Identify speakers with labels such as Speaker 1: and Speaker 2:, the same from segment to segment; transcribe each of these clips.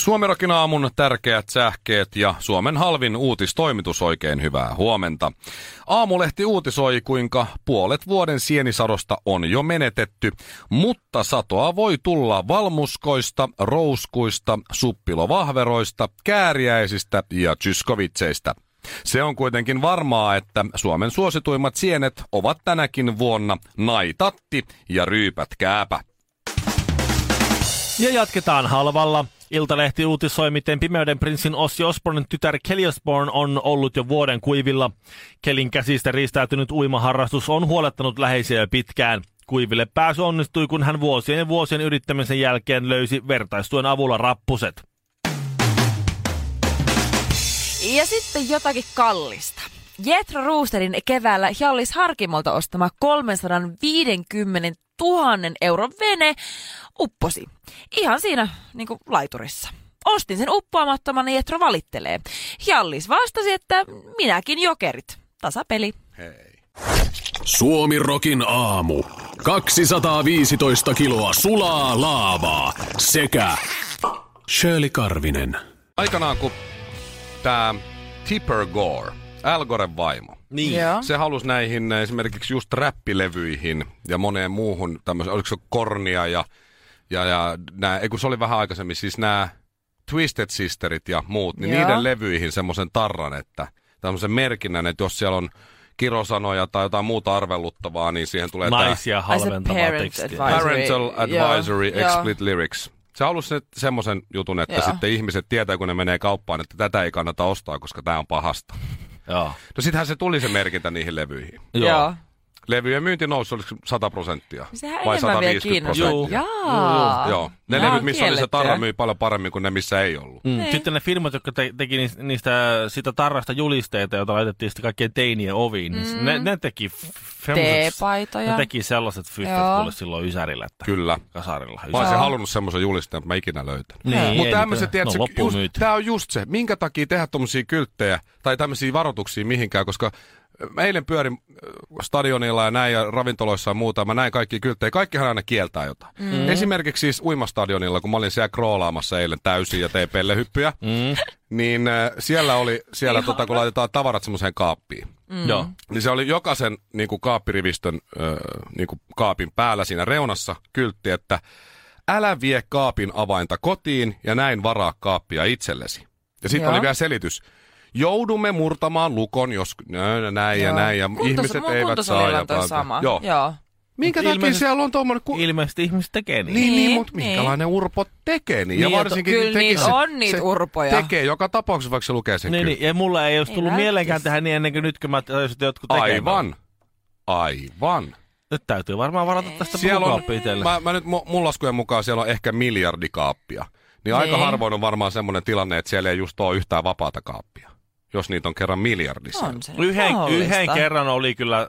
Speaker 1: Suomirokin aamun tärkeät sähkeet ja Suomen halvin uutistoimitus oikein hyvää huomenta. Aamulehti uutisoi, kuinka puolet vuoden sienisadosta on jo menetetty, mutta satoa voi tulla valmuskoista, rouskuista, suppilovahveroista, kääriäisistä ja tyskovitseistä. Se on kuitenkin varmaa, että Suomen suosituimmat sienet ovat tänäkin vuonna naitatti ja ryypätkääpä.
Speaker 2: Ja jatketaan halvalla. Iltalehti uutisoi, miten Pimeyden prinssin Ossi Osbornen tytär Kelly Osborne on ollut jo vuoden kuivilla. Kelin käsistä riistäytynyt uimaharrastus on huolettanut läheisiä jo pitkään. Kuiville pääsy onnistui, kun hän vuosien ja vuosien yrittämisen jälkeen löysi vertaistuen avulla rappuset.
Speaker 3: Ja sitten jotakin kallista. Jetro Roosterin keväällä Hjallis Harkimolta ostama 350 000 euron vene upposi. Ihan siinä niin kuin laiturissa. Ostin sen uppoamattoman ja Jetro valittelee. Hjallis vastasi, että minäkin jokerit. Tasapeli.
Speaker 4: Suomi Rokin aamu. 215 kiloa sulaa laavaa sekä Shirley Karvinen.
Speaker 1: Aikanaan kun tämä Tipper Gore, Al Goren vaimo,
Speaker 2: Niin.
Speaker 3: Joo.
Speaker 1: se halusi näihin eh, esimerkiksi just räppilevyihin ja moneen muuhun tämmöiseen, oliko se Kornia ja, ja, ja nää, ei kun se oli vähän aikaisemmin, siis nämä Twisted Sisterit ja muut, niin
Speaker 3: Joo.
Speaker 1: niiden levyihin semmoisen tarran, että tämmöisen merkinnän, että jos siellä on kirosanoja tai jotain muuta arveluttavaa, niin siihen tulee tää-
Speaker 2: Naisia halventavaa
Speaker 3: parent
Speaker 2: tekstiä.
Speaker 3: advice.
Speaker 1: Parental
Speaker 3: Advisory, joo,
Speaker 1: Advisory
Speaker 3: joo.
Speaker 1: Explicit Lyrics. Se on ollut se, semmoisen jutun, että
Speaker 3: Joo.
Speaker 1: sitten ihmiset tietää, kun ne menee kauppaan, että tätä ei kannata ostaa, koska tämä on pahasta.
Speaker 2: Joo.
Speaker 1: No sittenhän se tuli se merkintä niihin levyihin.
Speaker 2: Joo.
Speaker 1: Levyjen myynti nousi, oliko se 100 prosenttia?
Speaker 3: No Sehän
Speaker 1: Vai
Speaker 3: enemmän vielä
Speaker 1: 150
Speaker 3: kiinnostaa.
Speaker 1: prosenttia?
Speaker 3: Jaa.
Speaker 1: Joo. Ne
Speaker 3: Nää
Speaker 1: levyt,
Speaker 3: on
Speaker 1: missä oli se tarra,
Speaker 3: kiellettyä.
Speaker 1: myi paljon paremmin kuin ne, missä ei ollut.
Speaker 2: Mm.
Speaker 3: Niin.
Speaker 2: Sitten ne firmat, jotka te- teki niis- niistä sitä tarrasta julisteita, joita laitettiin sitten kaikkien teinien oviin, niin mm. ne, ne teki f- semmoset-
Speaker 3: T-paitoja.
Speaker 2: Ne teki sellaiset fyffet
Speaker 3: Joo.
Speaker 2: kuule silloin Ysärillä, että
Speaker 1: Kyllä.
Speaker 2: kasarilla.
Speaker 1: Mä olisin
Speaker 3: Joo.
Speaker 1: halunnut semmoisen julisteen, mutta mä ikinä löytänyt.
Speaker 2: Niin, ei
Speaker 1: Mutta
Speaker 2: mitään.
Speaker 1: tämmöiset, tiedätkö,
Speaker 2: no, loppuun
Speaker 1: just,
Speaker 2: myyty.
Speaker 1: tää on just se, minkä takia tehdä tommosia kylttejä tai tämmöisiä varoituksia mihinkään, koska mä eilen pyörin äh, stadionilla ja näin ja ravintoloissa ja muuta, mä näin kaikki kylttejä, kaikkihan aina kieltää jotain. Mm. Esimerkiksi siis uimastadionilla, kun mä olin siellä kroolaamassa eilen täysin ja tein pellehyppyjä, mm. niin äh, siellä oli, siellä tota, kun laitetaan tavarat semmoiseen kaappiin,
Speaker 2: Mm. Joo.
Speaker 1: niin se oli jokaisen niin kuin kaappirivistön öö, niin kuin kaapin päällä siinä reunassa kyltti, että älä vie kaapin avainta kotiin ja näin varaa kaappia itsellesi. Ja sitten
Speaker 3: Joo.
Speaker 1: oli vielä selitys. Joudumme murtamaan lukon, jos näin ja näin ja
Speaker 3: Joo.
Speaker 1: näin. Ja
Speaker 3: Kuntos-
Speaker 1: ihmiset
Speaker 3: mun
Speaker 1: eivät saa.
Speaker 3: kuntosalilla
Speaker 1: Ja
Speaker 3: on toi
Speaker 1: bla- bla-
Speaker 3: sama.
Speaker 1: Joo.
Speaker 3: Joo.
Speaker 1: Minkä
Speaker 2: Mut
Speaker 1: takia
Speaker 2: ilmeisesti-
Speaker 1: siellä on tuommoinen... Ku...
Speaker 2: Ilmeisesti ihmiset tekee niin.
Speaker 1: Niin, niin,
Speaker 3: Niin,
Speaker 1: mutta
Speaker 3: niin.
Speaker 1: minkälainen urpo tekee niin? Ja
Speaker 2: Niin, että
Speaker 1: varsinkin
Speaker 3: kyllä
Speaker 1: tekisi-
Speaker 3: niitä on niitä
Speaker 1: se
Speaker 3: urpoja.
Speaker 1: Tekee joka tapauksessa, vaikka se lukee sen
Speaker 2: Niin,
Speaker 1: kyllä.
Speaker 2: niin, ja mulla ei olisi
Speaker 3: Ei
Speaker 2: tullut
Speaker 3: välttis.
Speaker 2: mieleenkään tehdä niin ennen kuin nyt, kun mä tajusin, että jotkut niin, tekee.
Speaker 1: Aivan. Aivan.
Speaker 2: Nyt täytyy varmaan varata tästä
Speaker 1: Siellä on,
Speaker 2: puukaappi itselle.
Speaker 1: mä, mä nyt mu- mun laskujen mukaan siellä on ehkä miljardi kaappia. Niin aika
Speaker 3: Niin.
Speaker 1: harvoin on varmaan semmoinen tilanne, että siellä ei just ole yhtään vapaata kaappia. Jos niitä on kerran miljardissa.
Speaker 3: On se nyt
Speaker 2: Yhden,
Speaker 3: mahdollista.
Speaker 2: yhden kerran oli kyllä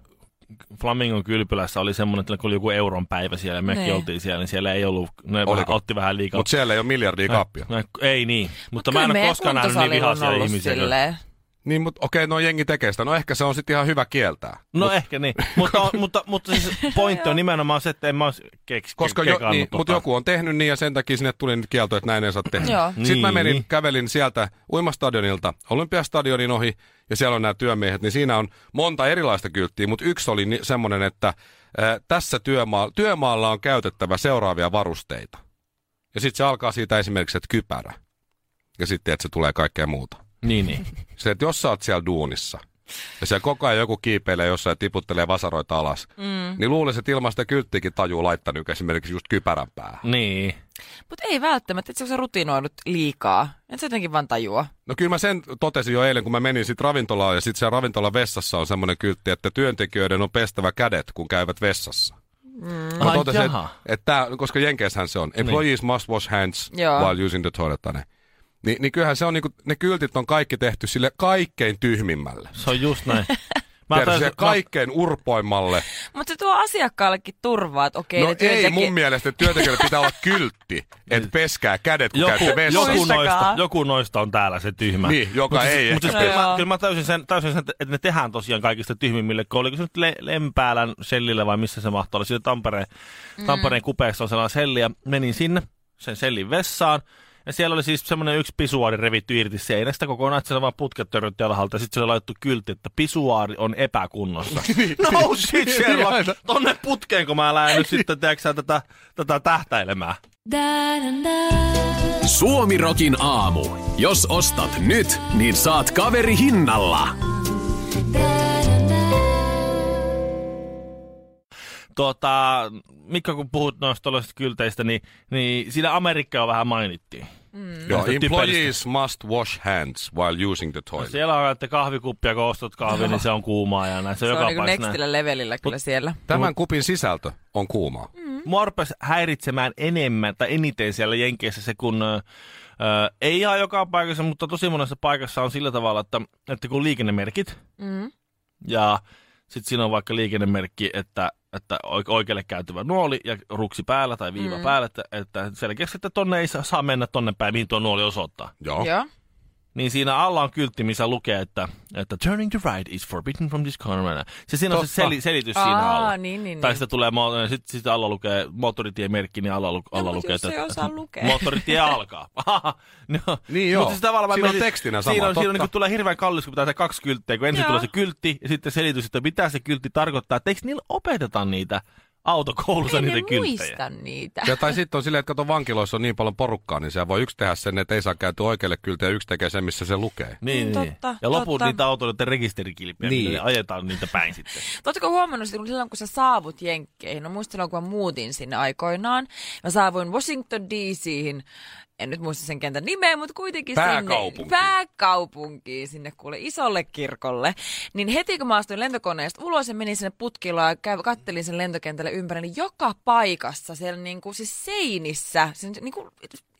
Speaker 2: Flamingon kylpylässä oli semmoinen, että kun oli joku euron päivä siellä, ja mekin
Speaker 3: Niin.
Speaker 2: oltiin siellä, niin siellä ei ollut, ne
Speaker 1: Oliko?
Speaker 2: vähän, otti vähän liikaa.
Speaker 1: Mutta siellä ei ole miljardia kaappia.
Speaker 3: No.
Speaker 2: Mä- ei niin, mutta
Speaker 3: Kyllä
Speaker 2: mä en ole
Speaker 3: meidän
Speaker 2: koskaan nähnyt niin
Speaker 3: kuntosalilla on
Speaker 2: vihaisia
Speaker 3: ollut
Speaker 2: ihmisiä. kyllä.
Speaker 3: silleen.
Speaker 1: Niin, mutta okei, no jengi tekee sitä. No ehkä se on sitten ihan hyvä kieltää.
Speaker 2: No ehkä niin, mutta, mutta, mutta, siis pointti on nimenomaan se, että en mä olisi keks,
Speaker 1: Koska jo, niin,
Speaker 2: tota.
Speaker 1: mutta joku on tehnyt niin ja sen takia sinne tuli nyt kielto, että näin ei saa tehdä.
Speaker 3: Joo.
Speaker 1: Sitten mä menin,
Speaker 2: Niin.
Speaker 1: kävelin sieltä Uimastadionilta Olympiastadionin ohi ja siellä on nämä työmiehet, niin siinä on monta erilaista kylttiä, mutta yksi oli ni- semmoinen, että äh, tässä työmaa, työmaalla on käytettävä seuraavia varusteita. Ja sitten se alkaa siitä esimerkiksi, että kypärä. Ja sitten, että se tulee kaikkea muuta.
Speaker 2: Niin, niin.
Speaker 1: Se, että jos sä oot siellä duunissa, ja siellä koko ajan joku kiipeilee jossain ja tiputtelee vasaroita alas, mm. niin luulisin, että ilman sitä kylttiäkin tajuu laittanut esimerkiksi just kypärän päähän.
Speaker 2: niin.
Speaker 3: Mutta ei välttämättä, että sä rutinoidut liikaa. Et sä jotenkin vaan tajua.
Speaker 1: No kyllä mä sen totesin jo eilen, kun mä menin sit ravintolaan, ja sit siellä ravintolan vessassa on semmoinen kyltti, että työntekijöiden on pestävä kädet, kun käyvät vessassa. Mä
Speaker 2: Ai
Speaker 1: totesin, että,
Speaker 2: jaha.
Speaker 1: että tää, koska Jenkeissähän se on. Employees must wash hands
Speaker 3: Joo.
Speaker 1: while using the toilet. tänne. Ni, niin kyllähän se on, niinku, ne kyltit on kaikki tehty sille kaikkein tyhmimmälle.
Speaker 2: Se on just näin. Mä
Speaker 1: Mä
Speaker 2: no, tajusin-
Speaker 1: se kaikkein urpoimmalle.
Speaker 3: Mutta se tuo asiakkaallekin turvaa, että okei,
Speaker 1: no
Speaker 3: ne
Speaker 1: ei,
Speaker 3: työntekijät-
Speaker 1: mun mielestä työntekijöillä pitää olla kyltti, että peskää kädet, kun
Speaker 2: joku,
Speaker 1: käytte vessassa.
Speaker 2: joku,
Speaker 3: Muistakaa.
Speaker 2: noista, joku noista on täällä se tyhmä.
Speaker 1: Niin, joka
Speaker 2: Mut
Speaker 1: ei
Speaker 2: mut
Speaker 1: ehkä
Speaker 2: siis- kyllä,
Speaker 3: pysty.
Speaker 2: mä, kyllä mä täysin sen, täysin sen, että ne tehdään tosiaan kaikista tyhmimmille. kun Oliko se nyt Le- Lempäälän sellillä vai missä se mahtoi olla? Siinä Tampereen, Tampereen kupeessa on sellainen selli ja menin sinne sen sellin vessaan. Ja siellä oli siis semmoinen yksi pisuaari revitty irti seinästä kokonaan, että siellä vaan putket törrytti alhaalta ja sitten siellä oli laitettu kyltti, että pisuaari on epäkunnossa. no shit, Sherlock, tonne putkeen, kun mä lähden nyt sitten, tiedätkö sä, tätä, tätä tähtäilemään.
Speaker 4: Suomirokin aamu. Jos ostat nyt, niin saat kaveri hinnalla.
Speaker 2: Tuota, Mikko, kun puhut noista tuollaisista kylteistä, niin, niin siinä Amerikkaa vähän mainittiin.
Speaker 1: Joo,
Speaker 2: Näistä
Speaker 1: employees must wash hands while using the toilet.
Speaker 2: Siellä on, että kahvikuppia, kun ostat kahvin, niin se on kuumaa ja näin. Se,
Speaker 3: Se
Speaker 2: on
Speaker 3: on
Speaker 2: joka
Speaker 3: niinku
Speaker 2: paikassa näin.
Speaker 3: nextillä levelillä kyllä siellä.
Speaker 1: Tämän kupin sisältö on kuumaa.
Speaker 3: Mm,
Speaker 2: Mua rupesi häiritsemään enemmän tai eniten siellä Jenkeissä se, kun ö, ö, ei ihan joka paikassa, mutta tosi monessa paikassa on sillä tavalla, että, että kun liikennemerkit
Speaker 3: Mm.
Speaker 2: ja sitten siinä on vaikka liikennemerkki, että, että oik- oikealle käytyvä nuoli ja ruksi päällä tai viiva
Speaker 3: Mm.
Speaker 2: päällä, että, että selkeästi, että tonne ei saa saa mennä tonne päin, mihin tuo nuoli osoittaa.
Speaker 1: Joo.
Speaker 3: Joo.
Speaker 2: niin siinä alla on kyltti, missä lukee, että, että turning to right is forbidden from this corner. Se siinä on se
Speaker 1: Totta.
Speaker 2: seli, selitys siinä alla.
Speaker 3: Aa, niin, niin,
Speaker 2: Tai
Speaker 3: niin.
Speaker 2: sitä tulee, sitten sit alla lukee moottoritiemerkki, niin alla, lu, alla
Speaker 3: mut
Speaker 2: lukee,
Speaker 3: jos siis ei osaa lukea.
Speaker 2: moottoritie alkaa. no,
Speaker 1: Niin joo.
Speaker 2: Mutta siis tavallaan mä
Speaker 1: Siinä on
Speaker 2: mietin-
Speaker 1: tekstinä sama,
Speaker 2: Siinä, on, siinä on,
Speaker 1: totta.
Speaker 2: niin tulee hirveän kallis, kun pitää tehdä kaksi kylttiä, kun ensin
Speaker 3: Joo.
Speaker 2: tulee se kyltti ja sitten selitys, että mitä se kyltti tarkoittaa. Että eikö niillä opeteta niitä autokoulussa
Speaker 3: Ei ne
Speaker 2: niitä kylttejä?
Speaker 3: muista niitä.
Speaker 1: Ja tai sitten on silleen, että kato vankiloissa on niin paljon porukkaa, niin se voi yksi tehdä sen, että ei saa käyty oikealle kylteen ja yksi tekee sen, missä se lukee.
Speaker 2: Niin,
Speaker 3: Niin,
Speaker 2: niin,
Speaker 3: totta,
Speaker 2: ja loput
Speaker 3: totta.
Speaker 2: niitä autoilijoiden rekisterikilpiä, niin.
Speaker 1: Niin.
Speaker 2: millä ne ajetaan niitä päin sitten.
Speaker 3: Oletko huomannut silloin, silloin, kun sä saavut Jenkkeihin? No muistan, silloin, kun mä muutin sinne aikoinaan. Mä saavuin Washington DC:hin. En nyt muista sen kentän nimeä, mutta kuitenkin
Speaker 1: Pääkaupunkiin.
Speaker 3: sinne pääkaupunkiin, sinne kuule isolle kirkolle. Niin heti kun mä astuin lentokoneesta ulos ja menin sinne putkilaan ja käy, kattelin sen lentokentälle ympäri, niin joka paikassa siellä niinku, siis seinissä, siis niinku,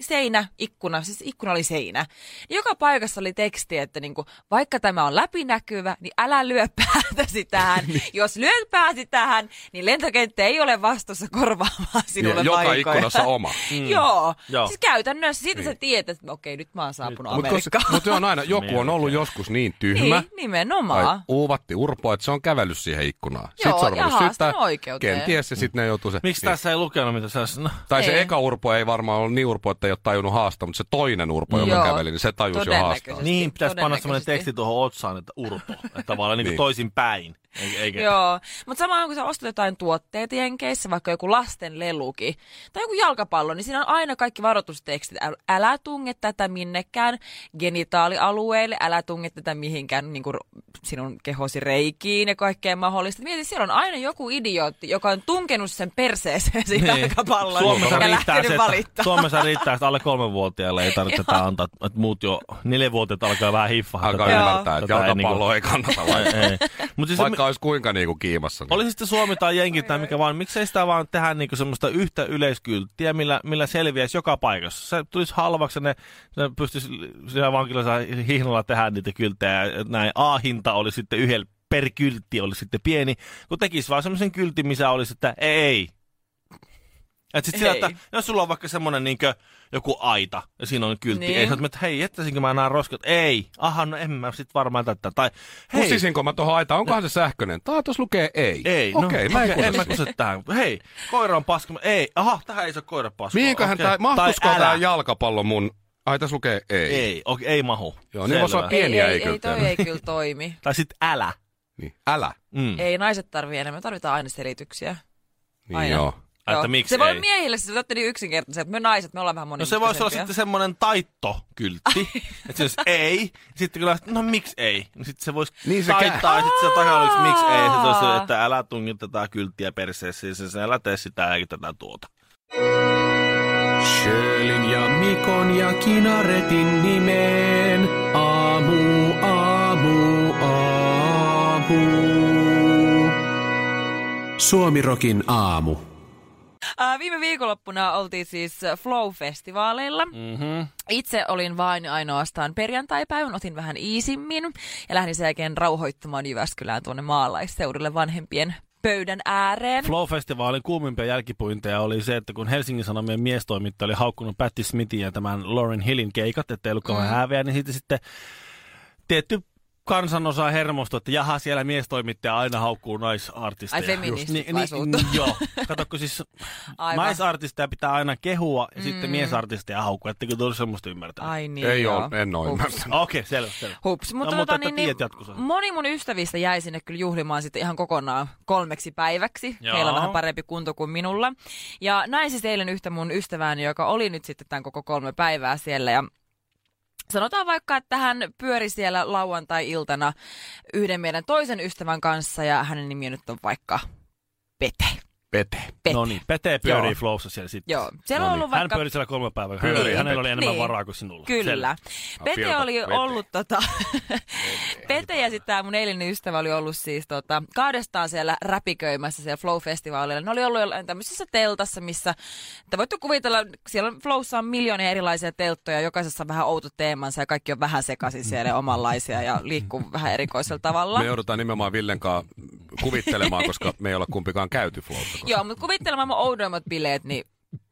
Speaker 3: seinä, ikkuna, siis ikkuna oli seinä. Niin joka paikassa oli teksti, että niinku, vaikka tämä on läpinäkyvä, niin älä lyö päätäsi tähän.
Speaker 1: Niin.
Speaker 3: Jos lyöt pääsi tähän, niin lentokenttä ei ole vastuussa korvaamaan sinulle
Speaker 1: Niin, joka
Speaker 3: vahinkoja.
Speaker 1: ikkunassa oma.
Speaker 3: Mm. Joo.
Speaker 2: Joo.
Speaker 3: Joo. Siis käytännössä siitä niin. sä
Speaker 1: Niin.
Speaker 3: tiedät, että okei, nyt mä oon saapunut
Speaker 1: Mutta
Speaker 3: Amerikkaan.
Speaker 1: mut on aina, joku on ollut joskus niin tyhmä,
Speaker 3: Niin, nimenomaan.
Speaker 1: tai uuvatti urpoa, että se on kävellyt siihen ikkunaan. Sitten
Speaker 3: Joo,
Speaker 1: se on
Speaker 3: ja
Speaker 1: ruvennut
Speaker 3: haastan
Speaker 1: syyttää.
Speaker 3: oikeuteen.
Speaker 1: Kenties se sitten ne joutuu se.
Speaker 2: Miksi
Speaker 1: niin.
Speaker 2: tässä ei lukenut, mitä sä no,
Speaker 1: Tai
Speaker 3: Ei.
Speaker 1: se eka urpo ei varmaan ollut niin urpo, että ei ole tajunnut haastaa, mutta se toinen urpo, joka
Speaker 3: Joo.
Speaker 1: käveli, niin se tajusi jo haastaa.
Speaker 3: Todennäköisesti.
Speaker 2: Niin, pitäisi panna sellainen
Speaker 3: todennäköisesti.
Speaker 2: teksti tuohon otsaan, että urpo. Että tavallaan niin
Speaker 1: Niin.
Speaker 2: kuin toisin päin. Eikä,
Speaker 3: Joo, mutta samaan kun sä ostat jotain tuotteita jenkeissä, vaikka joku lasten leluki tai joku jalkapallo, niin siinä on aina kaikki varoitustekstit. Äl- Älä tunge tätä minnekään genitaalialueelle, älä tunge tätä mihinkään niin kuin sinun kehosi reikiin ja kaikkea mahdollista. Mieti, siellä on aina joku idiootti, joka on tunkenut sen perseeseen siinä jalkapallon
Speaker 2: Suomessa
Speaker 3: ja
Speaker 2: Niin. riittää,
Speaker 3: lähtenyt
Speaker 2: se, että,
Speaker 3: valittamaan.
Speaker 2: Suomessa riittää, että alle kolmenvuotiaille ei tarvitse tätä antaa. Että muut jo neljävuotiaat alkaa vähän hiffaa.
Speaker 1: Alkaa
Speaker 3: Joo.
Speaker 1: ymmärtää, että
Speaker 2: Tota, niinku-
Speaker 1: jalkapalloa ei kannata laittaa.
Speaker 2: Mutta siis
Speaker 1: Vaikka olisi kuinka niinku kiimassa. Niin.
Speaker 2: Oli se sitten Suomi tai Jenki tai mikä vaan, miksei sitä vaan tehdä niinku semmoista yhtä yleiskylttiä, millä, millä selviäisi joka paikassa. Se tulisi halvaksi, ja ne, ne pystyisi siellä vankilassa hihnalla tehdä niitä kylttejä, ja näin A-hinta oli sitten yhdellä per kyltti oli sitten pieni, kun tekisi vaan semmoisen kyltin, missä olisi, että ei. Et sit sillä,
Speaker 3: Ei.
Speaker 2: että jos sulla on vaikka semmoinen niinkö joku aita, ja siinä on kyltti,
Speaker 3: Niin.
Speaker 2: niin. ei sä oot, että hei, jättäisinkö mä nämä roskat? Ei. Aha, no en mä sit varmaan tätä. Tai hei,
Speaker 1: Pussisinko mä tuohon aitaan? Onkohan se sähköinen? Tää tuossa lukee ei.
Speaker 2: ei, no,
Speaker 1: Okei, mä en
Speaker 2: okei, en mä
Speaker 1: kuule sitä.
Speaker 2: kuse tähän. Hei, koira on paska. Ei, aha, tähän ei saa koira paska.
Speaker 1: Mihinköhän tää, mahtuisiko tää jalkapallo mun? Ai tässä lukee ei.
Speaker 2: Ei, okei, ei mahu.
Speaker 1: Joo, niin voisi olla
Speaker 2: Selvä.
Speaker 1: pie- Pieniä
Speaker 3: ei,
Speaker 1: ei
Speaker 3: ei,
Speaker 1: kyllä
Speaker 3: ei, toi
Speaker 1: tehdä.
Speaker 3: ei kyllä toimi.
Speaker 2: Tai sit älä.
Speaker 1: Niin. Älä.
Speaker 2: Mm.
Speaker 3: Ei, naiset tarvii enemmän, Me tarvitaan aina selityksiä.
Speaker 1: Niin
Speaker 3: Aina.
Speaker 1: joo.
Speaker 2: Ai, Että miksi
Speaker 3: se voi
Speaker 2: ei?
Speaker 3: olla miehille, se olette niin yksinkertaisia, että me naiset, me ollaan vähän
Speaker 2: No se voisi olla
Speaker 3: monimutkaisempia.
Speaker 2: sitten semmoinen taittokyltti. että se olisi ei, sitten kyllä, no miksi ei? No sitten se voisi
Speaker 1: Niin se
Speaker 2: taittaa, ja sitten se takana olisi miksi ei. Se olisi,
Speaker 3: Aa.
Speaker 2: että älä tungi tätä kylttiä perseessä, ja se, älä tee sitä eikä tätä tuota.
Speaker 4: Sjölin ja Mikon ja Kinaretin nimeen. Aamu, aamu, aamu. Suomirokin aamu.
Speaker 3: viime viikonloppuna oltiin siis Flow-festivaaleilla.
Speaker 2: Mm-hmm.
Speaker 3: Itse olin vain ja ainoastaan perjantai-päivän, otin vähän iisimmin ja lähdin sen jälkeen rauhoittumaan Jyväskylään tuonne maalaisseudulle vanhempien pöydän ääreen.
Speaker 2: Flow-festivaalin kuumimpia jälkipuinteja oli se, että kun Helsingin Sanomien miestoimittaja oli haukkunut Patti Smithin ja tämän Lauren Hillin keikat, ettei ollut kauhean mm. häveä, niin siitä sitten tietty kansanosa hermostui, että jaha, siellä miestoimittaja aina haukkuu naisartisteja.
Speaker 3: Ai feministit
Speaker 2: Niin-
Speaker 3: vai
Speaker 2: niin-
Speaker 3: suuttuu?
Speaker 2: Joo. Katsokko siis
Speaker 3: Aivan.
Speaker 2: naisartisteja pitää aina kehua ja mm. sitten miesartisteja haukkua, ettekö tullut semmoista ymmärtää.
Speaker 3: Ai niin,
Speaker 1: Ei
Speaker 3: joo.
Speaker 1: oo, en oo
Speaker 3: Hups.
Speaker 1: ymmärtänyt.
Speaker 2: Okei, okay, selvä, selvä.
Speaker 3: Hups, mutta,
Speaker 2: No,
Speaker 3: no,
Speaker 2: mutta
Speaker 3: tota,
Speaker 2: että
Speaker 3: niin, niin,
Speaker 2: tiedät jatkossa.
Speaker 3: moni mun ystävistä jäi sinne kyllä juhlimaan sitten ihan kokonaan kolmeksi päiväksi.
Speaker 2: Joo.
Speaker 3: Joo. Heillä on vähän parempi kunto kuin minulla. Ja näin siis eilen yhtä mun ystävääni, joka oli nyt sitten tämän koko kolme päivää siellä ja Sanotaan vaikka, että hän pyöri siellä lauantai-iltana yhden meidän toisen ystävän kanssa ja hänen nimi nyt on vaikka Pete.
Speaker 1: Pete.
Speaker 3: Pete.
Speaker 2: No niin, Pete pyörii
Speaker 3: Joo.
Speaker 2: flowssa siellä sitten.
Speaker 3: Joo, siellä on
Speaker 2: Noniin.
Speaker 3: ollut
Speaker 2: Hän
Speaker 3: vaikka
Speaker 2: pyöri siellä kolme päivää.
Speaker 1: Pyörii
Speaker 2: Hänellä, hänellä oli
Speaker 3: Pete.
Speaker 2: enemmän
Speaker 3: Niin.
Speaker 2: varaa kuin sinulla.
Speaker 3: Kyllä. Pete
Speaker 1: Filta,
Speaker 3: oli
Speaker 1: Pete.
Speaker 3: ollut tota... Pete ja sitten tämä mun eilinen ystävä oli ollut siis tota, kahdestaan siellä räpiköimässä siellä Flow-festivaaleilla. Ne oli ollut jollain tämmöisessä teltassa, missä... Te voitte kuvitella, siellä on- Flowssa on miljoonia erilaisia telttoja, jokaisessa on vähän outo teemansa ja kaikki on vähän sekaisin siellä ja omanlaisia ja liikkuu vähän erikoisella tavalla.
Speaker 1: Me joudutaan nimenomaan Villen kanssa kuvittelemaan, koska me ei olla kumpikaan käyty flowta. koska-
Speaker 3: Joo, mutta kuvittelemaan mun oudoimmat bileet, niin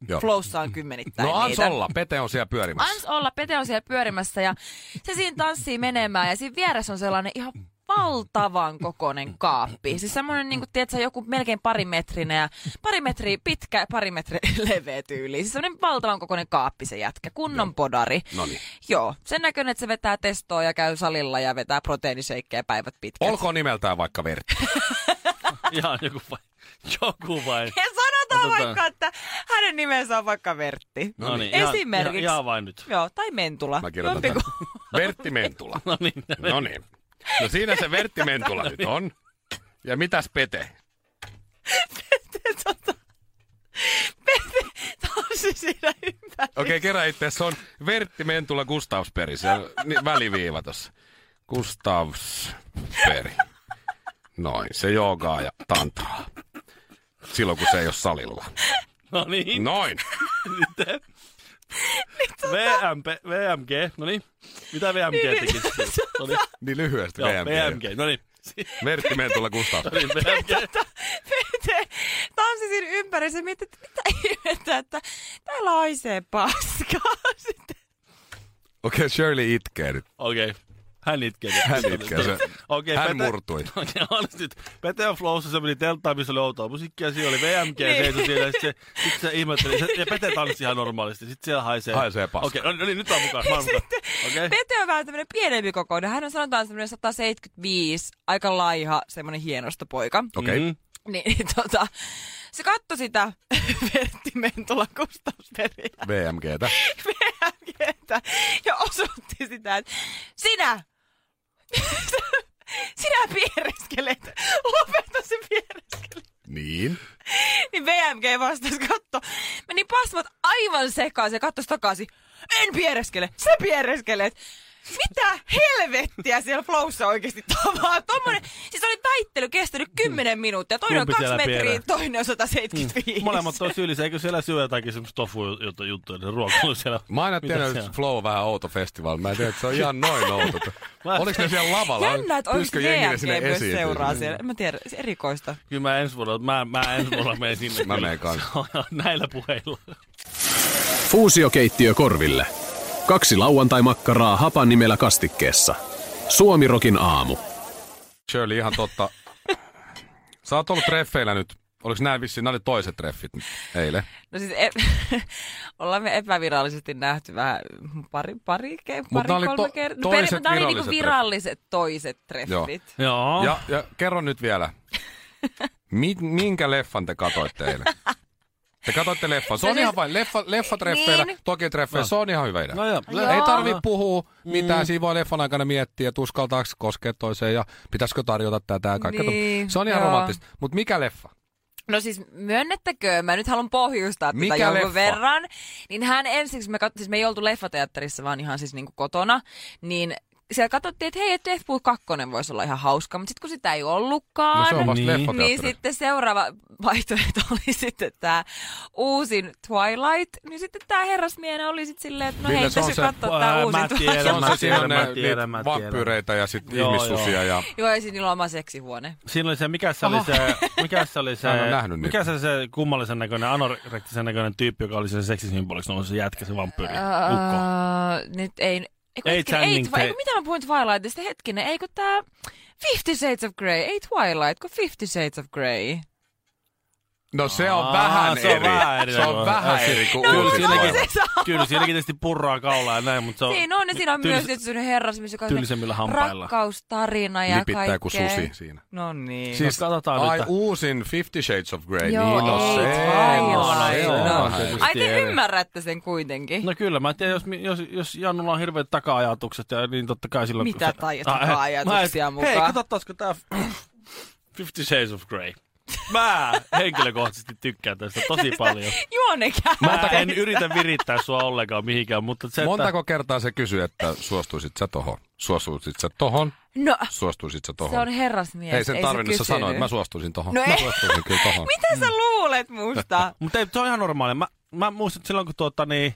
Speaker 1: Joo.
Speaker 3: Flowssa on kymmenittäin
Speaker 1: No ans
Speaker 3: niitä.
Speaker 1: olla, Pete on siellä pyörimässä.
Speaker 3: Ans olla, Pete on siellä pyörimässä ja se siinä tanssii menemään ja siinä vieressä on sellainen ihan valtavan kokoinen kaappi. Siis semmoinen, niin kuin, tiedätkö, joku melkein pari metrinen ja pari metriä pitkä ja pari metriä leveä tyyli. Siis semmoinen valtavan kokoinen kaappi se jätkä, kunnon podari.
Speaker 1: Noniin.
Speaker 3: Joo, sen näköinen, että se vetää testoa ja käy salilla ja vetää proteiiniseikkejä päivät pitkät.
Speaker 1: Olkoon nimeltään vaikka Vertti.
Speaker 2: Ihan joku vai. Joku vai.
Speaker 3: Ja sanotaan
Speaker 2: Otetaan.
Speaker 3: vaikka, että hänen nimensä on vaikka Vertti.
Speaker 2: No niin,
Speaker 3: Esimerkiksi.
Speaker 2: Ihan, ihan vain nyt.
Speaker 3: Joo, tai Mentula.
Speaker 1: Mä kirjoitan
Speaker 3: Jompiku-
Speaker 1: tämän.
Speaker 2: niinku-
Speaker 1: Vertti Mentula.
Speaker 2: No niin.
Speaker 1: No niin. No siinä se Vertti Mentula nyt on. Ja mitäs Pete?
Speaker 3: tota, Pete tanssi siinä ympäri.
Speaker 1: Okei, okay, kerran itse se on Vertti Mentula Gustavsperi. Se on ni- väliviiva tossa. Gustavsperi. Noin, se joogaa ja tantaa. Silloin kun se ei ole salilla.
Speaker 2: No niin.
Speaker 1: Noin.
Speaker 2: VMP, VMG. No niin. Mitä VMG teki? No niin.
Speaker 1: Niin lyhyesti
Speaker 2: Joo,
Speaker 1: VMG.
Speaker 2: VMG. No niin.
Speaker 1: Vertti Mentula Gustavsperi.
Speaker 2: Niin, VMG.
Speaker 3: Pete tanssi siis siinä ympäri. Se mietti, että mitä ihmettä, että täällä haisee paskaa. Sitten
Speaker 1: Okei, okay, Shirley itkee nyt.
Speaker 2: Okei. Hän itkee.
Speaker 1: Hän itkee. Se,
Speaker 2: Okei,
Speaker 1: hän
Speaker 2: Pete-
Speaker 1: murtui.
Speaker 2: Okei, oli nyt. Pete on flowssa, se meni telttaan, missä oli outoa musiikkia, siinä oli VMG, seisoi siellä, ja sitten se, sit se ihmetteli, se, ja Pete tanssi ihan normaalisti, sitten siellä haisee.
Speaker 1: Haisee paska.
Speaker 2: Okei, no, niin, nyt on mukaan, mä oon mukaan. Okei.
Speaker 3: Pete on vähän tämmöinen pienempi kokoinen. Hän on sanotaan semmoinen 175, aika laiha, semmoinen hienosta poika.
Speaker 1: Okei. Okay.
Speaker 2: Mhm.
Speaker 3: Niin, niin tota, se katsoi sitä Vertti Mentola Kustavsperiä.
Speaker 1: VMGtä.
Speaker 3: kenttä ja osoitti sitä, että sinä, sinä piereskelet, lopeta se piereskele.
Speaker 1: Niin.
Speaker 3: Niin VMG vastasi, katto, meni pasmat aivan sekaisin ja katsoi takaisin, en piereskele, sä piereskelet. Mitä helvettiä siellä flowssa oikeasti tapahtuu? Tommonen, siis oli taittelu kestänyt 10 minuuttia. Toinen
Speaker 2: Kumpi
Speaker 3: on kaksi
Speaker 2: siellä
Speaker 3: metriä,
Speaker 2: pierää? Mm.
Speaker 3: toinen on 175.
Speaker 2: Molemmat on syyllisiä, eikö siellä syö jotakin semmoista tofu jota juttuja, niin ruokailu siellä.
Speaker 1: Mä aina
Speaker 2: Mitä
Speaker 1: tiedän,
Speaker 2: siellä
Speaker 1: että
Speaker 2: on?
Speaker 1: Flow on vähän outo festivaali. Mä en tiedä, että se on ihan noin outo. Oliko ne siellä lavalla?
Speaker 3: Jännä, että oliko
Speaker 1: Pyysikö jengi ne
Speaker 3: VMG myös seuraa siellä. En mä tiedä, se erikoista.
Speaker 2: Kyllä mä ensi vuonna, mä, mä ensi vuonna menen sinne.
Speaker 1: Mä menen
Speaker 2: kyllä. Näillä puheilla.
Speaker 4: Fuusiokeittiö korville. Kaksi lauantai-makkaraa hapan nimellä kastikkeessa. Suomirokin aamu.
Speaker 1: Shirley, ihan totta. Sä oot ollut treffeillä nyt. Oliko nämä vissiin, nämä oli toiset treffit nyt eilen?
Speaker 3: No siis e- ollaan me epävirallisesti nähty vähän pari, pari, ke-
Speaker 1: nää
Speaker 3: pari
Speaker 1: oli
Speaker 3: kolme
Speaker 1: to-
Speaker 3: kertaa.
Speaker 1: toiset
Speaker 3: Nämä oli
Speaker 1: viralliset
Speaker 3: niinku viralliset toiset treffit.
Speaker 2: Joo.
Speaker 3: Joo.
Speaker 1: Ja, ja kerro nyt vielä. Mi- minkä leffan te katoitte eilen? Te katoitte leffan. Se
Speaker 3: No
Speaker 1: on
Speaker 3: siis-
Speaker 1: ihan vain leffa, leffatreffeillä,
Speaker 3: Niin.
Speaker 1: toki treffeillä. Se on ihan hyvä idea.
Speaker 2: No joo. Mm.
Speaker 3: Joo.
Speaker 1: Ei tarvi puhua mitään, siinä voi leffan aikana miettiä, että uskaltaako koskea toiseen ja pitäisikö tarjota tätä ja kaikkea.
Speaker 3: Niin,
Speaker 1: Se on ihan
Speaker 3: joo.
Speaker 1: romanttista. Mutta mikä leffa?
Speaker 3: No siis myönnettäköön, mä nyt haluan pohjustaa
Speaker 1: Mikä
Speaker 3: tätä jonkun
Speaker 1: leffa?
Speaker 3: verran. Niin hän ensiksi, me, kat- siis me ei oltu leffateatterissa, vaan ihan siis niinku kotona, niin siellä katsottiin, että hei, että Deathpool 2 voisi olla ihan hauska, mutta sitten kun sitä ei ollutkaan,
Speaker 1: No se on vasta
Speaker 2: Niin.
Speaker 1: niin.
Speaker 3: niin sitten seuraava vaihtoehto oli sitten tämä uusin Twilight, niin sitten tämä herrasmiehenä oli sitten silleen, että no
Speaker 1: Ville,
Speaker 3: hei,
Speaker 1: se on
Speaker 3: tässä
Speaker 1: se-
Speaker 3: katsoa
Speaker 2: Ää,
Speaker 3: tämä
Speaker 2: mä
Speaker 3: uusin
Speaker 2: tiedän,
Speaker 1: Se on
Speaker 2: Mä
Speaker 1: se
Speaker 2: tiedän,
Speaker 1: siellä
Speaker 2: mä
Speaker 1: ne
Speaker 2: tiedän,
Speaker 1: niitä
Speaker 2: mä tiedän.
Speaker 1: vampyyreitä ja sitten
Speaker 2: Joo,
Speaker 1: ihmissusia ja...
Speaker 3: Joo, ja sitten niillä on oma seksihuone.
Speaker 2: Siinä oli se, mikä se oli se, mikä se oli
Speaker 1: Mä en oo
Speaker 2: se,
Speaker 1: nähnyt
Speaker 2: mikä
Speaker 1: niitä.
Speaker 2: se, se kummallisen näköinen, anorektisen näköinen tyyppi, joka oli se seksisymboliksi, no se jätkä, se vampyyri, ukko.
Speaker 3: Uh, nyt ei... Eiku,
Speaker 2: Ei
Speaker 3: ei hetkinen, ei,
Speaker 2: Channing
Speaker 3: twi- eiku,
Speaker 2: Tatum.
Speaker 3: mitä mä puhuin Twilightista? Hetkinen, eikö tää Fifty Shades of Grey, ei Twilight, kun Fifty Shades of Grey.
Speaker 1: No se on
Speaker 2: Aa,
Speaker 1: vähän
Speaker 2: se on
Speaker 1: eri.
Speaker 2: vähän eri.
Speaker 1: Se on vähän eri kuin
Speaker 3: No,
Speaker 1: Ulfin
Speaker 3: no,
Speaker 1: Toivo.
Speaker 3: se saa.
Speaker 2: Kyllä, siinäkin tietysti purraa kaulaa ja näin,
Speaker 1: No,
Speaker 2: mutta se on...
Speaker 3: Siinä on, ja siinä on
Speaker 2: tylsä-
Speaker 3: myös tietysti sellainen herrasmies, joka on
Speaker 2: tylsemmillä hampailla.
Speaker 3: rakkaustarina ja
Speaker 1: Lipittää kuin
Speaker 3: kaikkea.
Speaker 1: susi siinä.
Speaker 3: No niin.
Speaker 1: Siis,
Speaker 2: katsotaan
Speaker 1: ai
Speaker 2: nyt.
Speaker 1: uusin Fifty Shades of Grey.
Speaker 3: Joo,
Speaker 1: niin, no
Speaker 3: ei,
Speaker 1: se,
Speaker 3: Twilight,
Speaker 1: se on
Speaker 3: no.
Speaker 1: vähän eri.
Speaker 3: Ai te
Speaker 2: Tiedän.
Speaker 3: ymmärrätte sen kuitenkin.
Speaker 2: No kyllä, mä tiedän, jos, jos, jos Jannulla on hirveät taka-ajatukset, ja, niin totta kai silloin...
Speaker 3: Mitä tai-
Speaker 2: Ah, eh,
Speaker 3: taka-ajatuksia
Speaker 2: mä et- Hei,
Speaker 3: mukaan?
Speaker 2: katsottaisiko tää Fifty Shades of Grey? Mä henkilökohtaisesti tykkään tästä tosi paljon.
Speaker 3: Juone
Speaker 2: Mä en yritä virittää sua ollenkaan mihinkään, mutta se, että...
Speaker 1: Montako kertaa se kysyy, että suostuisit sä tohon? Suostuisit sä tohon?
Speaker 3: No,
Speaker 1: Suostuisit sä tohon?
Speaker 3: se on herrasmies.
Speaker 1: ei sen tarvinnut, sä
Speaker 3: kysynyt.
Speaker 1: sanoit, mä suostuisin tohon.
Speaker 3: No
Speaker 1: mä
Speaker 3: ei.
Speaker 1: suostuisin kyllä tohon.
Speaker 3: Mitä sä luulet musta?
Speaker 2: Mutta ei, se on ihan normaali. Mä, mä muistan, että silloin kun tuota, niin,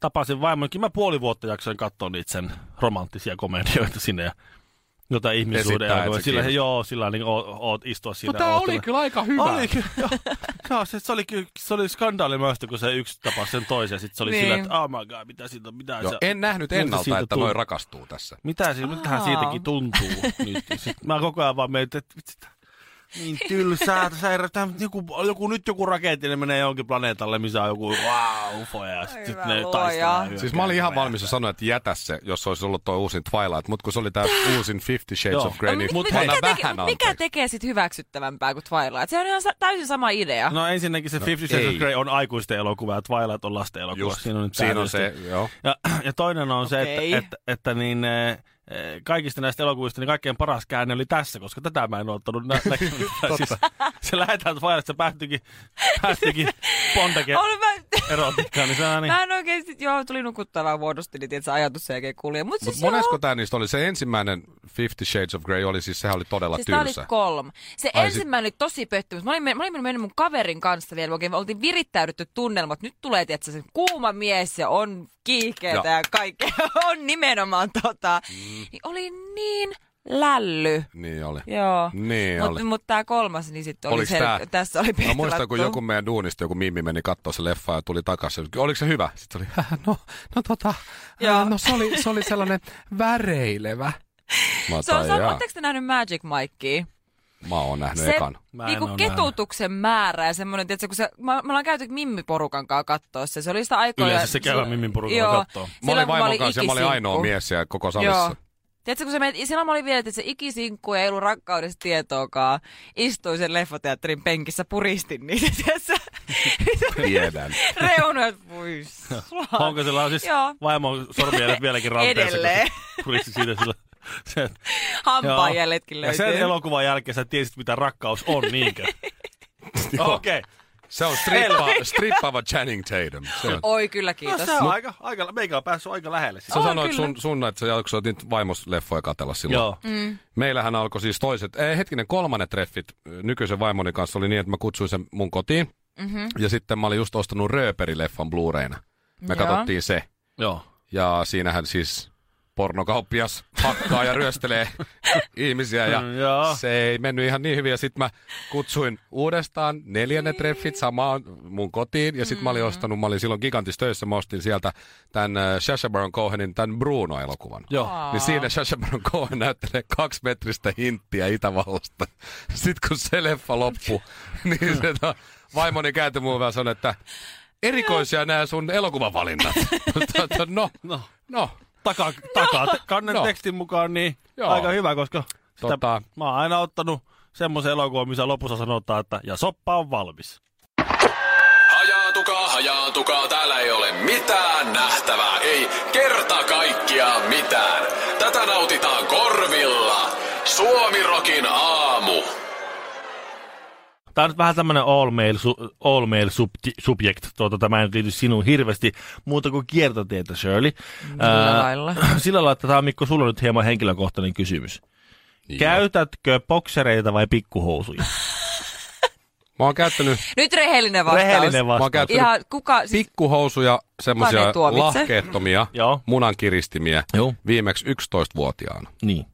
Speaker 2: tapasin vaimonkin, mä puoli vuotta jaksoin katsoa niitä sen romanttisia komedioita sinne ja jotain ihmissuuden
Speaker 1: Esittää, et
Speaker 2: elämää.
Speaker 1: sä
Speaker 2: Sillä
Speaker 1: kiinnostaa.
Speaker 2: joo, sillä niin o- oot istua siinä.
Speaker 1: No tää oli
Speaker 2: ootella.
Speaker 1: kyllä aika hyvä.
Speaker 2: Oli kyllä, joo. joo. se, se, oli, kyllä- se oli skandaalimäistä, kun se yksi tapasi sen toisen. Sitten se oli
Speaker 3: Niin.
Speaker 2: sillä, että oh my god, mitä siitä on, mitä
Speaker 1: Joo,
Speaker 2: se...
Speaker 1: en nähnyt
Speaker 2: miltä
Speaker 1: ennalta,
Speaker 2: siitä
Speaker 1: että
Speaker 2: tuntuu?
Speaker 1: noin rakastuu tässä.
Speaker 2: Mitä siinä, mitähän
Speaker 3: Aa.
Speaker 2: siitäkin tuntuu nyt. Sit mä koko ajan vaan mietin, että vitsi, tää- niin tylsää, tässä ei, tää, joku, joku, nyt joku raketti, menee johonkin planeetalle, missä on joku wow, ufo, ja sit, sit
Speaker 3: Hyvä
Speaker 2: ne
Speaker 3: luoja.
Speaker 2: taistelee.
Speaker 1: Siis mä olin ihan
Speaker 2: hyökkää.
Speaker 1: valmis ja sanoin, että jätä se, jos olisi ollut toi uusin Twilight, mutta kun se oli tää uusin Fifty Shades
Speaker 2: Joo.
Speaker 1: of Grey,
Speaker 3: No,
Speaker 1: niin
Speaker 3: mit-
Speaker 1: mut
Speaker 3: mikä,
Speaker 1: anna
Speaker 3: teke,
Speaker 1: vähän
Speaker 3: mut mikä
Speaker 1: anteeksi.
Speaker 3: tekee sit hyväksyttävämpää kuin Twilight? Se on ihan sa- täysin sama idea.
Speaker 2: No ensinnäkin se Fifty Shades of
Speaker 1: ei.
Speaker 2: Grey on aikuisten elokuva ja Twilight on lasten elokuva.
Speaker 1: Just,
Speaker 2: Siinä on, nyt
Speaker 1: siinä on
Speaker 2: tää
Speaker 1: se,
Speaker 2: tietysti.
Speaker 1: joo.
Speaker 2: Ja, ja toinen on se,
Speaker 3: Okei.
Speaker 2: että, että, että niin, eh, eh, kaikista näistä elokuvista niin kaikkein paras käänne oli tässä, koska tätä mä en ole ottanut nä- näkynyt. siis, se lähetään Twilight, se päättyikin, päättyikin Bondakin
Speaker 3: On mä,
Speaker 2: erotikkaan, niin se on niin.
Speaker 3: mä en oikeesti, joo, tuli nukuttavaa vuodosti, niin tietysti ajatus sen jälkeen kulje. Mut
Speaker 1: Mutta
Speaker 3: siis
Speaker 1: monesko
Speaker 3: joo,
Speaker 1: tää niistä oli? Se ensimmäinen Fifty Shades of Grey oli siis, sehän oli todella
Speaker 3: siis tää oli
Speaker 1: tylsä.
Speaker 3: kolme. Se
Speaker 1: Ai,
Speaker 3: ensimmäinen oli tosi pettymys. Mä olin, men- mä olin mennyt mun kaverin kanssa vielä, oikein oltiin virittäydytty tunnelmat. Nyt tulee, tietysti se kuuma mies ja on kiihkeetä ja,
Speaker 1: Joo. Mm.
Speaker 3: ja kaikkea. on nimenomaan tota. Niin oli niin lälly.
Speaker 1: Niin oli.
Speaker 3: Joo.
Speaker 1: Niin oli.
Speaker 3: Mutta mut tää kolmas, niin sitten oli
Speaker 1: Oliks
Speaker 3: sel-
Speaker 1: tää?
Speaker 3: tässä oli
Speaker 1: Mä muistan, kun
Speaker 3: pelattu.
Speaker 1: joku meidän duunista, joku mimmi meni katsoa se leffa ja tuli takaisin. Oliko se hyvä? Sitten oli, "Häh, no, no tota,
Speaker 3: Joo.
Speaker 1: ää, no se oli, se oli sellainen väreilevä. Mä,
Speaker 3: Se on, se on,
Speaker 1: jaa.
Speaker 3: ootteko te nähnyt Magic Mikea?
Speaker 1: mä oon nähnyt
Speaker 3: se
Speaker 1: ekan.
Speaker 2: Mä en
Speaker 3: niinku
Speaker 2: oo
Speaker 3: ketutuksen määrä ja semmoinen, tiedätkö, kun se, mä, me ollaan käyty mimmiporukan kanssa katsoa se. Se oli sitä aikoja.
Speaker 2: Yleensä se käydä
Speaker 3: silloin-
Speaker 2: Mimmin porukan
Speaker 3: Joo.
Speaker 2: kattoo.
Speaker 1: Mä olin
Speaker 3: Silloin, kun
Speaker 1: vaimon kanssa ja mä olin ainoa
Speaker 3: ikisinkku.
Speaker 1: mies siellä koko
Speaker 3: Joo.
Speaker 1: salissa.
Speaker 3: Tiedätkö, kun se menet, silloin mä olin vielä, että se ikisinkku ja ei ollut rakkaudesta tietoakaan. Istuin sen leffateatterin penkissä, puristin niitä, tiedätkö?
Speaker 1: Tiedän.
Speaker 3: Reunat pois.
Speaker 2: Onko sillä on siis
Speaker 3: Joo.
Speaker 2: vaimon sormijäljet vieläkin ranteessa? kun
Speaker 3: Edelleen.
Speaker 2: se Puristi siitä sillä. Se,
Speaker 3: Hampaanjäljetkin
Speaker 2: ja
Speaker 3: löytyy.
Speaker 2: sen elokuvan jälkeen sä tiesit, mitä rakkaus on, niinkö? Okei.
Speaker 1: Se on strippa, strippaava Channing Tatum. Se on.
Speaker 3: Oi, kyllä
Speaker 2: No,
Speaker 3: kiitos.
Speaker 2: se on aika, aika, meikä on päässyt aika lähelle. sitä.
Speaker 1: Sä
Speaker 3: On
Speaker 1: sanoit
Speaker 3: kyllä.
Speaker 1: sun, sun, että sä jaksoit niitä vaimosleffoja katella silloin.
Speaker 2: Joo. Mm.
Speaker 1: Meillähän alkoi siis toiset, ei, hetkinen, kolmannet treffit nykyisen vaimoni kanssa oli niin, että mä kutsuin sen mun kotiin. Mm-hmm. Ja sitten mä olin just ostanut Rööperi-leffan Blu-rayna. Me
Speaker 3: Joo.
Speaker 1: katsottiin se.
Speaker 2: Joo.
Speaker 1: Ja siinähän siis pornokauppias hakkaa ja ryöstelee ihmisiä ja
Speaker 2: Mm, joo.
Speaker 1: se ei mennyt ihan niin hyvin. Ja sitten mä kutsuin uudestaan neljännet treffit samaan mun kotiin ja sitten mä
Speaker 2: Mm.
Speaker 1: olin ostanut, mä olin silloin gigantissa töissä, mä ostin sieltä tämän äh, Sacha Baron Cohenin tämän Bruno-elokuvan.
Speaker 2: Joo.
Speaker 1: Niin siinä Sacha Baron Cohen näyttelee kaksi metristä hinttiä Itävallasta. Sitten kun se leffa loppui, niin se, no, vaimoni kääntyi muun vähän ja sanoi, että erikoisia nämä sun elokuvavalinnat. Mutta, että no,
Speaker 2: No.
Speaker 1: no.
Speaker 2: Taka, takaa. te- Kannen
Speaker 1: No.
Speaker 2: tekstin mukaan niin
Speaker 1: Joo.
Speaker 2: aika hyvä, koska sitä,
Speaker 1: Tota.
Speaker 2: mä oon aina ottanut semmoisen elokuvan, missä lopussa sanotaan, että ja soppa on valmis.
Speaker 5: Hajaantukaa, hajaantukaa, täällä ei ole mitään nähtävää, ei kerta kaikkiaan mitään. Tätä nautitaan korvilla. Suomirokin aamu.
Speaker 2: Tämä on nyt vähän tämmöinen all male, su- all male subti- subject. Tuota, tämä ei nyt liity sinuun hirveästi muuta kuin kiertotietä, Shirley.
Speaker 3: Millä lailla?
Speaker 2: Sillä lailla, että tämä on Mikko, sulla on nyt hieman henkilökohtainen kysymys. Käytätkö boksereita vai pikkuhousuja?
Speaker 1: Mä oon käyttänyt,
Speaker 3: Nyt rehellinen vastaus.
Speaker 2: Rehellinen
Speaker 1: mä
Speaker 2: vastaus.
Speaker 1: oon käyttänyt
Speaker 3: Ihan kuka, siis
Speaker 1: pikkuhousuja, semmoisia
Speaker 3: ne tuomitse?
Speaker 1: lahkeettomia
Speaker 2: Joo.
Speaker 1: munankiristimiä
Speaker 2: Joo.
Speaker 1: viimeksi 11-vuotiaana.
Speaker 2: Niin.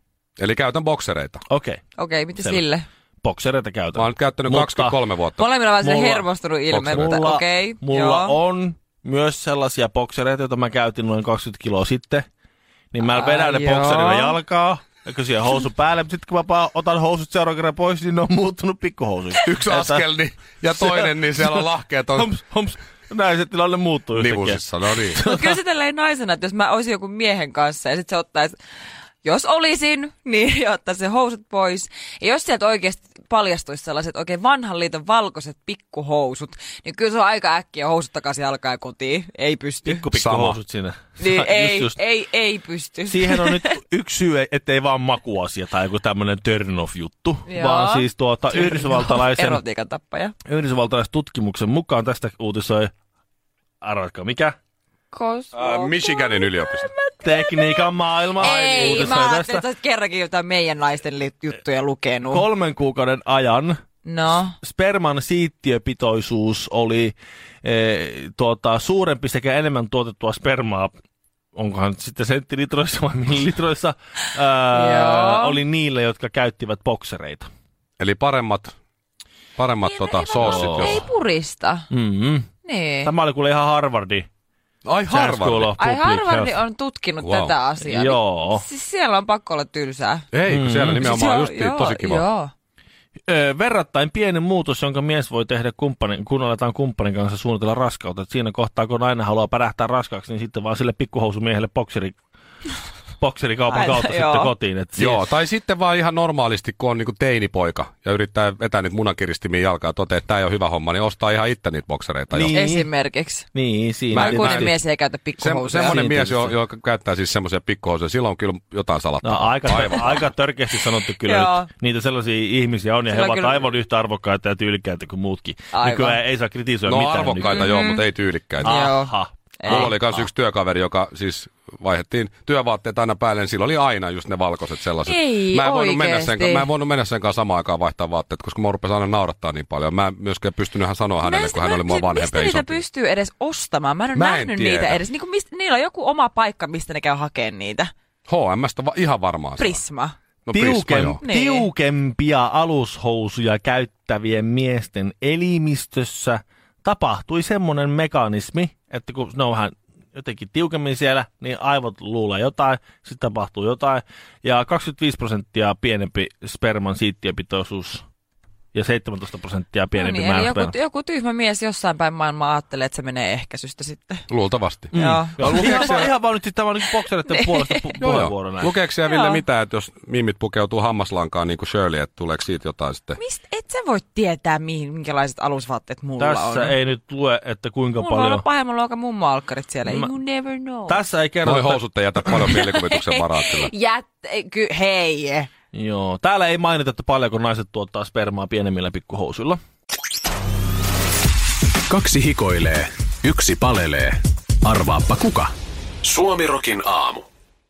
Speaker 1: Eli käytän boksereita.
Speaker 2: Okei. Okay.
Speaker 3: Okei, mitä
Speaker 2: Selvä.
Speaker 3: sille?
Speaker 2: Boksereita käytän.
Speaker 1: Mä oon nyt käyttänyt
Speaker 2: Mutta-
Speaker 1: 23 vuotta.
Speaker 3: Molemmilla on vähän
Speaker 2: Mulla-
Speaker 3: hermostunut ilme,
Speaker 1: Onks
Speaker 3: mutta
Speaker 2: mulla,
Speaker 3: okei.
Speaker 2: mulla
Speaker 3: joo.
Speaker 2: on myös sellaisia boksereita, joita mä käytin noin 20 kiloa sitten. Niin mä
Speaker 3: Aa,
Speaker 2: vedän ne
Speaker 3: joo.
Speaker 2: bokserilla jalkaa ja kun siihen housu päälle. Sitten kun mä pa- otan housut seuraavan kerran pois, niin ne on muuttunut pikkuhousuiksi.
Speaker 1: Yksi
Speaker 2: Että-
Speaker 1: askel niin, ja toinen, niin siellä on lahkeet on
Speaker 2: Homs, homs. Näin se tilanne muuttuu yhtäkkiä.
Speaker 1: nivusissa. No niin.
Speaker 3: Mutta kyllä se tälleen naisena, että jos mä olisin joku miehen kanssa ja sitten se ottaisi, jos olisin, niin ottaisi se housut pois. Ja jos sieltä oikeasti paljastuisi sellaiset oikein vanhan liiton valkoiset pikkuhousut, niin kyllä se on aika äkkiä housut takaisin alkaa kotiin. Ei pysty.
Speaker 2: Pikku pikkuhousut siinä.
Speaker 3: niin,
Speaker 2: Just,
Speaker 3: ei,
Speaker 2: just.
Speaker 3: ei, ei pysty.
Speaker 2: Siihen on nyt yksi syy, ettei vaan makuasia tai joku tämmöinen turn off juttu,
Speaker 3: Joo.
Speaker 2: vaan siis tuota yhdysvaltalaisen
Speaker 3: No, Erotiikan tappaja.
Speaker 2: Yhdysvaltalaisen tutkimuksen mukaan tästä uutisoi, arvatkaa mikä?
Speaker 3: Kosmo.
Speaker 1: Äh, Michiganin yliopisto.
Speaker 2: Tekniikan maailma
Speaker 3: ei,
Speaker 2: uutisoi
Speaker 3: mä ajattelin, että
Speaker 2: tästä.
Speaker 3: sä oot kerrankin jotain meidän naisten li- juttuja lukenut.
Speaker 2: Kolmen kuukauden ajan
Speaker 3: no.
Speaker 2: sperman siittiöpitoisuus oli e, tuota, suurempi sekä enemmän tuotettua spermaa, onkohan nyt sitten senttilitroissa vai millilitroissa, ää,
Speaker 3: Joo.
Speaker 2: oli niillä, jotka käyttivät boksereita.
Speaker 1: Eli paremmat,
Speaker 3: Niin,
Speaker 1: paremmat tota, soosit.
Speaker 2: varmaan-
Speaker 3: ei, ei
Speaker 1: Jos...
Speaker 3: purista.
Speaker 2: Mm-hmm.
Speaker 3: Niin.
Speaker 2: Tämä oli kuule ihan Harvardi.
Speaker 1: Ai harva.
Speaker 3: Ai Harvardi on tutkinut
Speaker 1: Wow.
Speaker 3: wow. tätä asiaa.
Speaker 2: Joo.
Speaker 3: Siis siellä on pakko olla tylsää.
Speaker 1: Ei, kun siellä
Speaker 3: Siis
Speaker 1: nimenomaan
Speaker 3: joo,
Speaker 1: just niin,
Speaker 3: joo,
Speaker 1: tosi kiva.
Speaker 3: Joo.
Speaker 2: Ö, verrattain pieni muutos, jonka mies voi tehdä kumppanin, kun aletaan kumppanin kanssa suunnitella raskautta. Et siinä kohtaa, kun nainen haluaa pärähtää raskaaksi, niin sitten vaan sille pikkuhousumiehelle bokseri, bokserikaupan
Speaker 3: Aina,
Speaker 2: kautta
Speaker 3: joo.
Speaker 2: sitten kotiin. Et si-
Speaker 1: Joo, tai sitten vaan ihan normaalisti, kun on niinku teinipoika ja yrittää vetää niitä munakiristimiä jalkaa ja toteaa, että tämä ei ole hyvä homma, niin ostaa ihan itse niitä boksereita. Niin.
Speaker 2: Niin.
Speaker 3: Esimerkiksi.
Speaker 2: Niin, siinä.
Speaker 3: Mä,
Speaker 2: tietysti.
Speaker 3: mies ei käytä
Speaker 1: Sem,
Speaker 3: pikkuhousuja.
Speaker 1: semmoinen
Speaker 2: Siinä
Speaker 1: mies, jo,
Speaker 2: tietysti.
Speaker 1: joka käyttää siis semmoisia pikkuhousuja, silloin on kyllä jotain
Speaker 2: No,
Speaker 1: salattavaa.
Speaker 2: aika,
Speaker 1: Aivan.
Speaker 2: aika törkeästi sanottu kyllä
Speaker 3: Joo.
Speaker 2: nyt. Niitä sellaisia ihmisiä on, ja he
Speaker 3: Sillä
Speaker 2: ovat
Speaker 3: kyllä-
Speaker 2: aivan yhtä arvokkaita ja tyylikkäitä kuin muutkin.
Speaker 3: Aivan.
Speaker 2: Nykyään ei saa kritisoida
Speaker 1: No
Speaker 2: mitään. niin-
Speaker 1: arvokkaita
Speaker 3: Mm.
Speaker 1: joo, mutta ei tyylikkäitä.
Speaker 3: Ah. Joo.
Speaker 2: Aha.
Speaker 3: Ei.
Speaker 1: Mulla oli myös yksi työkaveri, joka siis vaihdettiin työvaatteet aina päälle, niin sillä oli aina just ne valkoiset sellaiset.
Speaker 3: Ei
Speaker 1: mä en, voinut mennä sen,
Speaker 3: oikeesti.
Speaker 1: ka- mä en voinut mennä sen kanssa samaan aikaan vaihtaa vaatteet, koska mä rupesin aina naurattaa niin paljon. Mä en myöskään pystynyt hän sanoa hänelle,
Speaker 3: Näistä
Speaker 1: kun hän
Speaker 3: mä-
Speaker 1: oli mua
Speaker 3: siis
Speaker 1: vanhempi
Speaker 3: Mistä
Speaker 1: ja
Speaker 3: niitä
Speaker 1: isompi.
Speaker 3: pystyy edes ostamaan? Mä en ole
Speaker 1: Mä en
Speaker 3: nähnyt
Speaker 1: tiedä.
Speaker 3: niitä edes. Niin kuin mist, niillä on joku oma paikka, mistä ne käy hakemaan niitä.
Speaker 1: HMstä va- ihan varmaan. se on.
Speaker 3: Prisma.
Speaker 1: No Prisma,
Speaker 2: Tiukem,
Speaker 1: joo.
Speaker 3: Niin.
Speaker 2: Tiukempia alushousuja käyttävien miesten elimistössä tapahtui semmoinen mekanismi, että kun ne on vähän jotenkin tiukemmin siellä, niin aivot luulee jotain, sitten tapahtuu jotain. Ja 25 prosenttia pienempi sperman siittiöpitoisuus ja 17 prosenttia
Speaker 3: No
Speaker 2: pienempi
Speaker 3: niin,
Speaker 2: määrä
Speaker 3: eli joku,
Speaker 2: spermaa.
Speaker 3: joku tyhmä mies jossain päin maailmaa ajattelee, että se menee ehkäisystä sitten.
Speaker 1: Luultavasti.
Speaker 3: Mm. Joo.
Speaker 2: Joo, ihan, vaan, ihan vaan nyt siis tämä on niin boksereiden puolesta pu-
Speaker 1: Joo,
Speaker 2: puheenvuoro
Speaker 1: joo.
Speaker 2: näin.
Speaker 1: Lukeeko siellä Ville
Speaker 3: Joo.
Speaker 1: mitään, että jos miimit pukeutuu hammaslankaan niin kuin Shirley, että tuleeko siitä jotain sitten?
Speaker 3: Mistä et sä voi tietää, mihin, minkälaiset alusvaatteet mulla on?
Speaker 2: Tässä ei nyt lue, että kuinka
Speaker 3: Mulla voi
Speaker 2: paljon...
Speaker 3: olla pahemman luokan mummoalkkarit siellä.
Speaker 2: Mä-
Speaker 3: You never know.
Speaker 2: Tässä ei kerrota...
Speaker 1: Noi housut ei jätä paljon mielikuvituksen varaa kyllä.
Speaker 3: Jät, ei, ky, hei.
Speaker 2: Joo, täällä ei mainita, että paljonko naiset tuottaa spermaa pienemmillä pikkuhousuilla.
Speaker 4: Kaksi hikoilee, yksi palelee. Arvaappa kuka? Suomirokin aamu.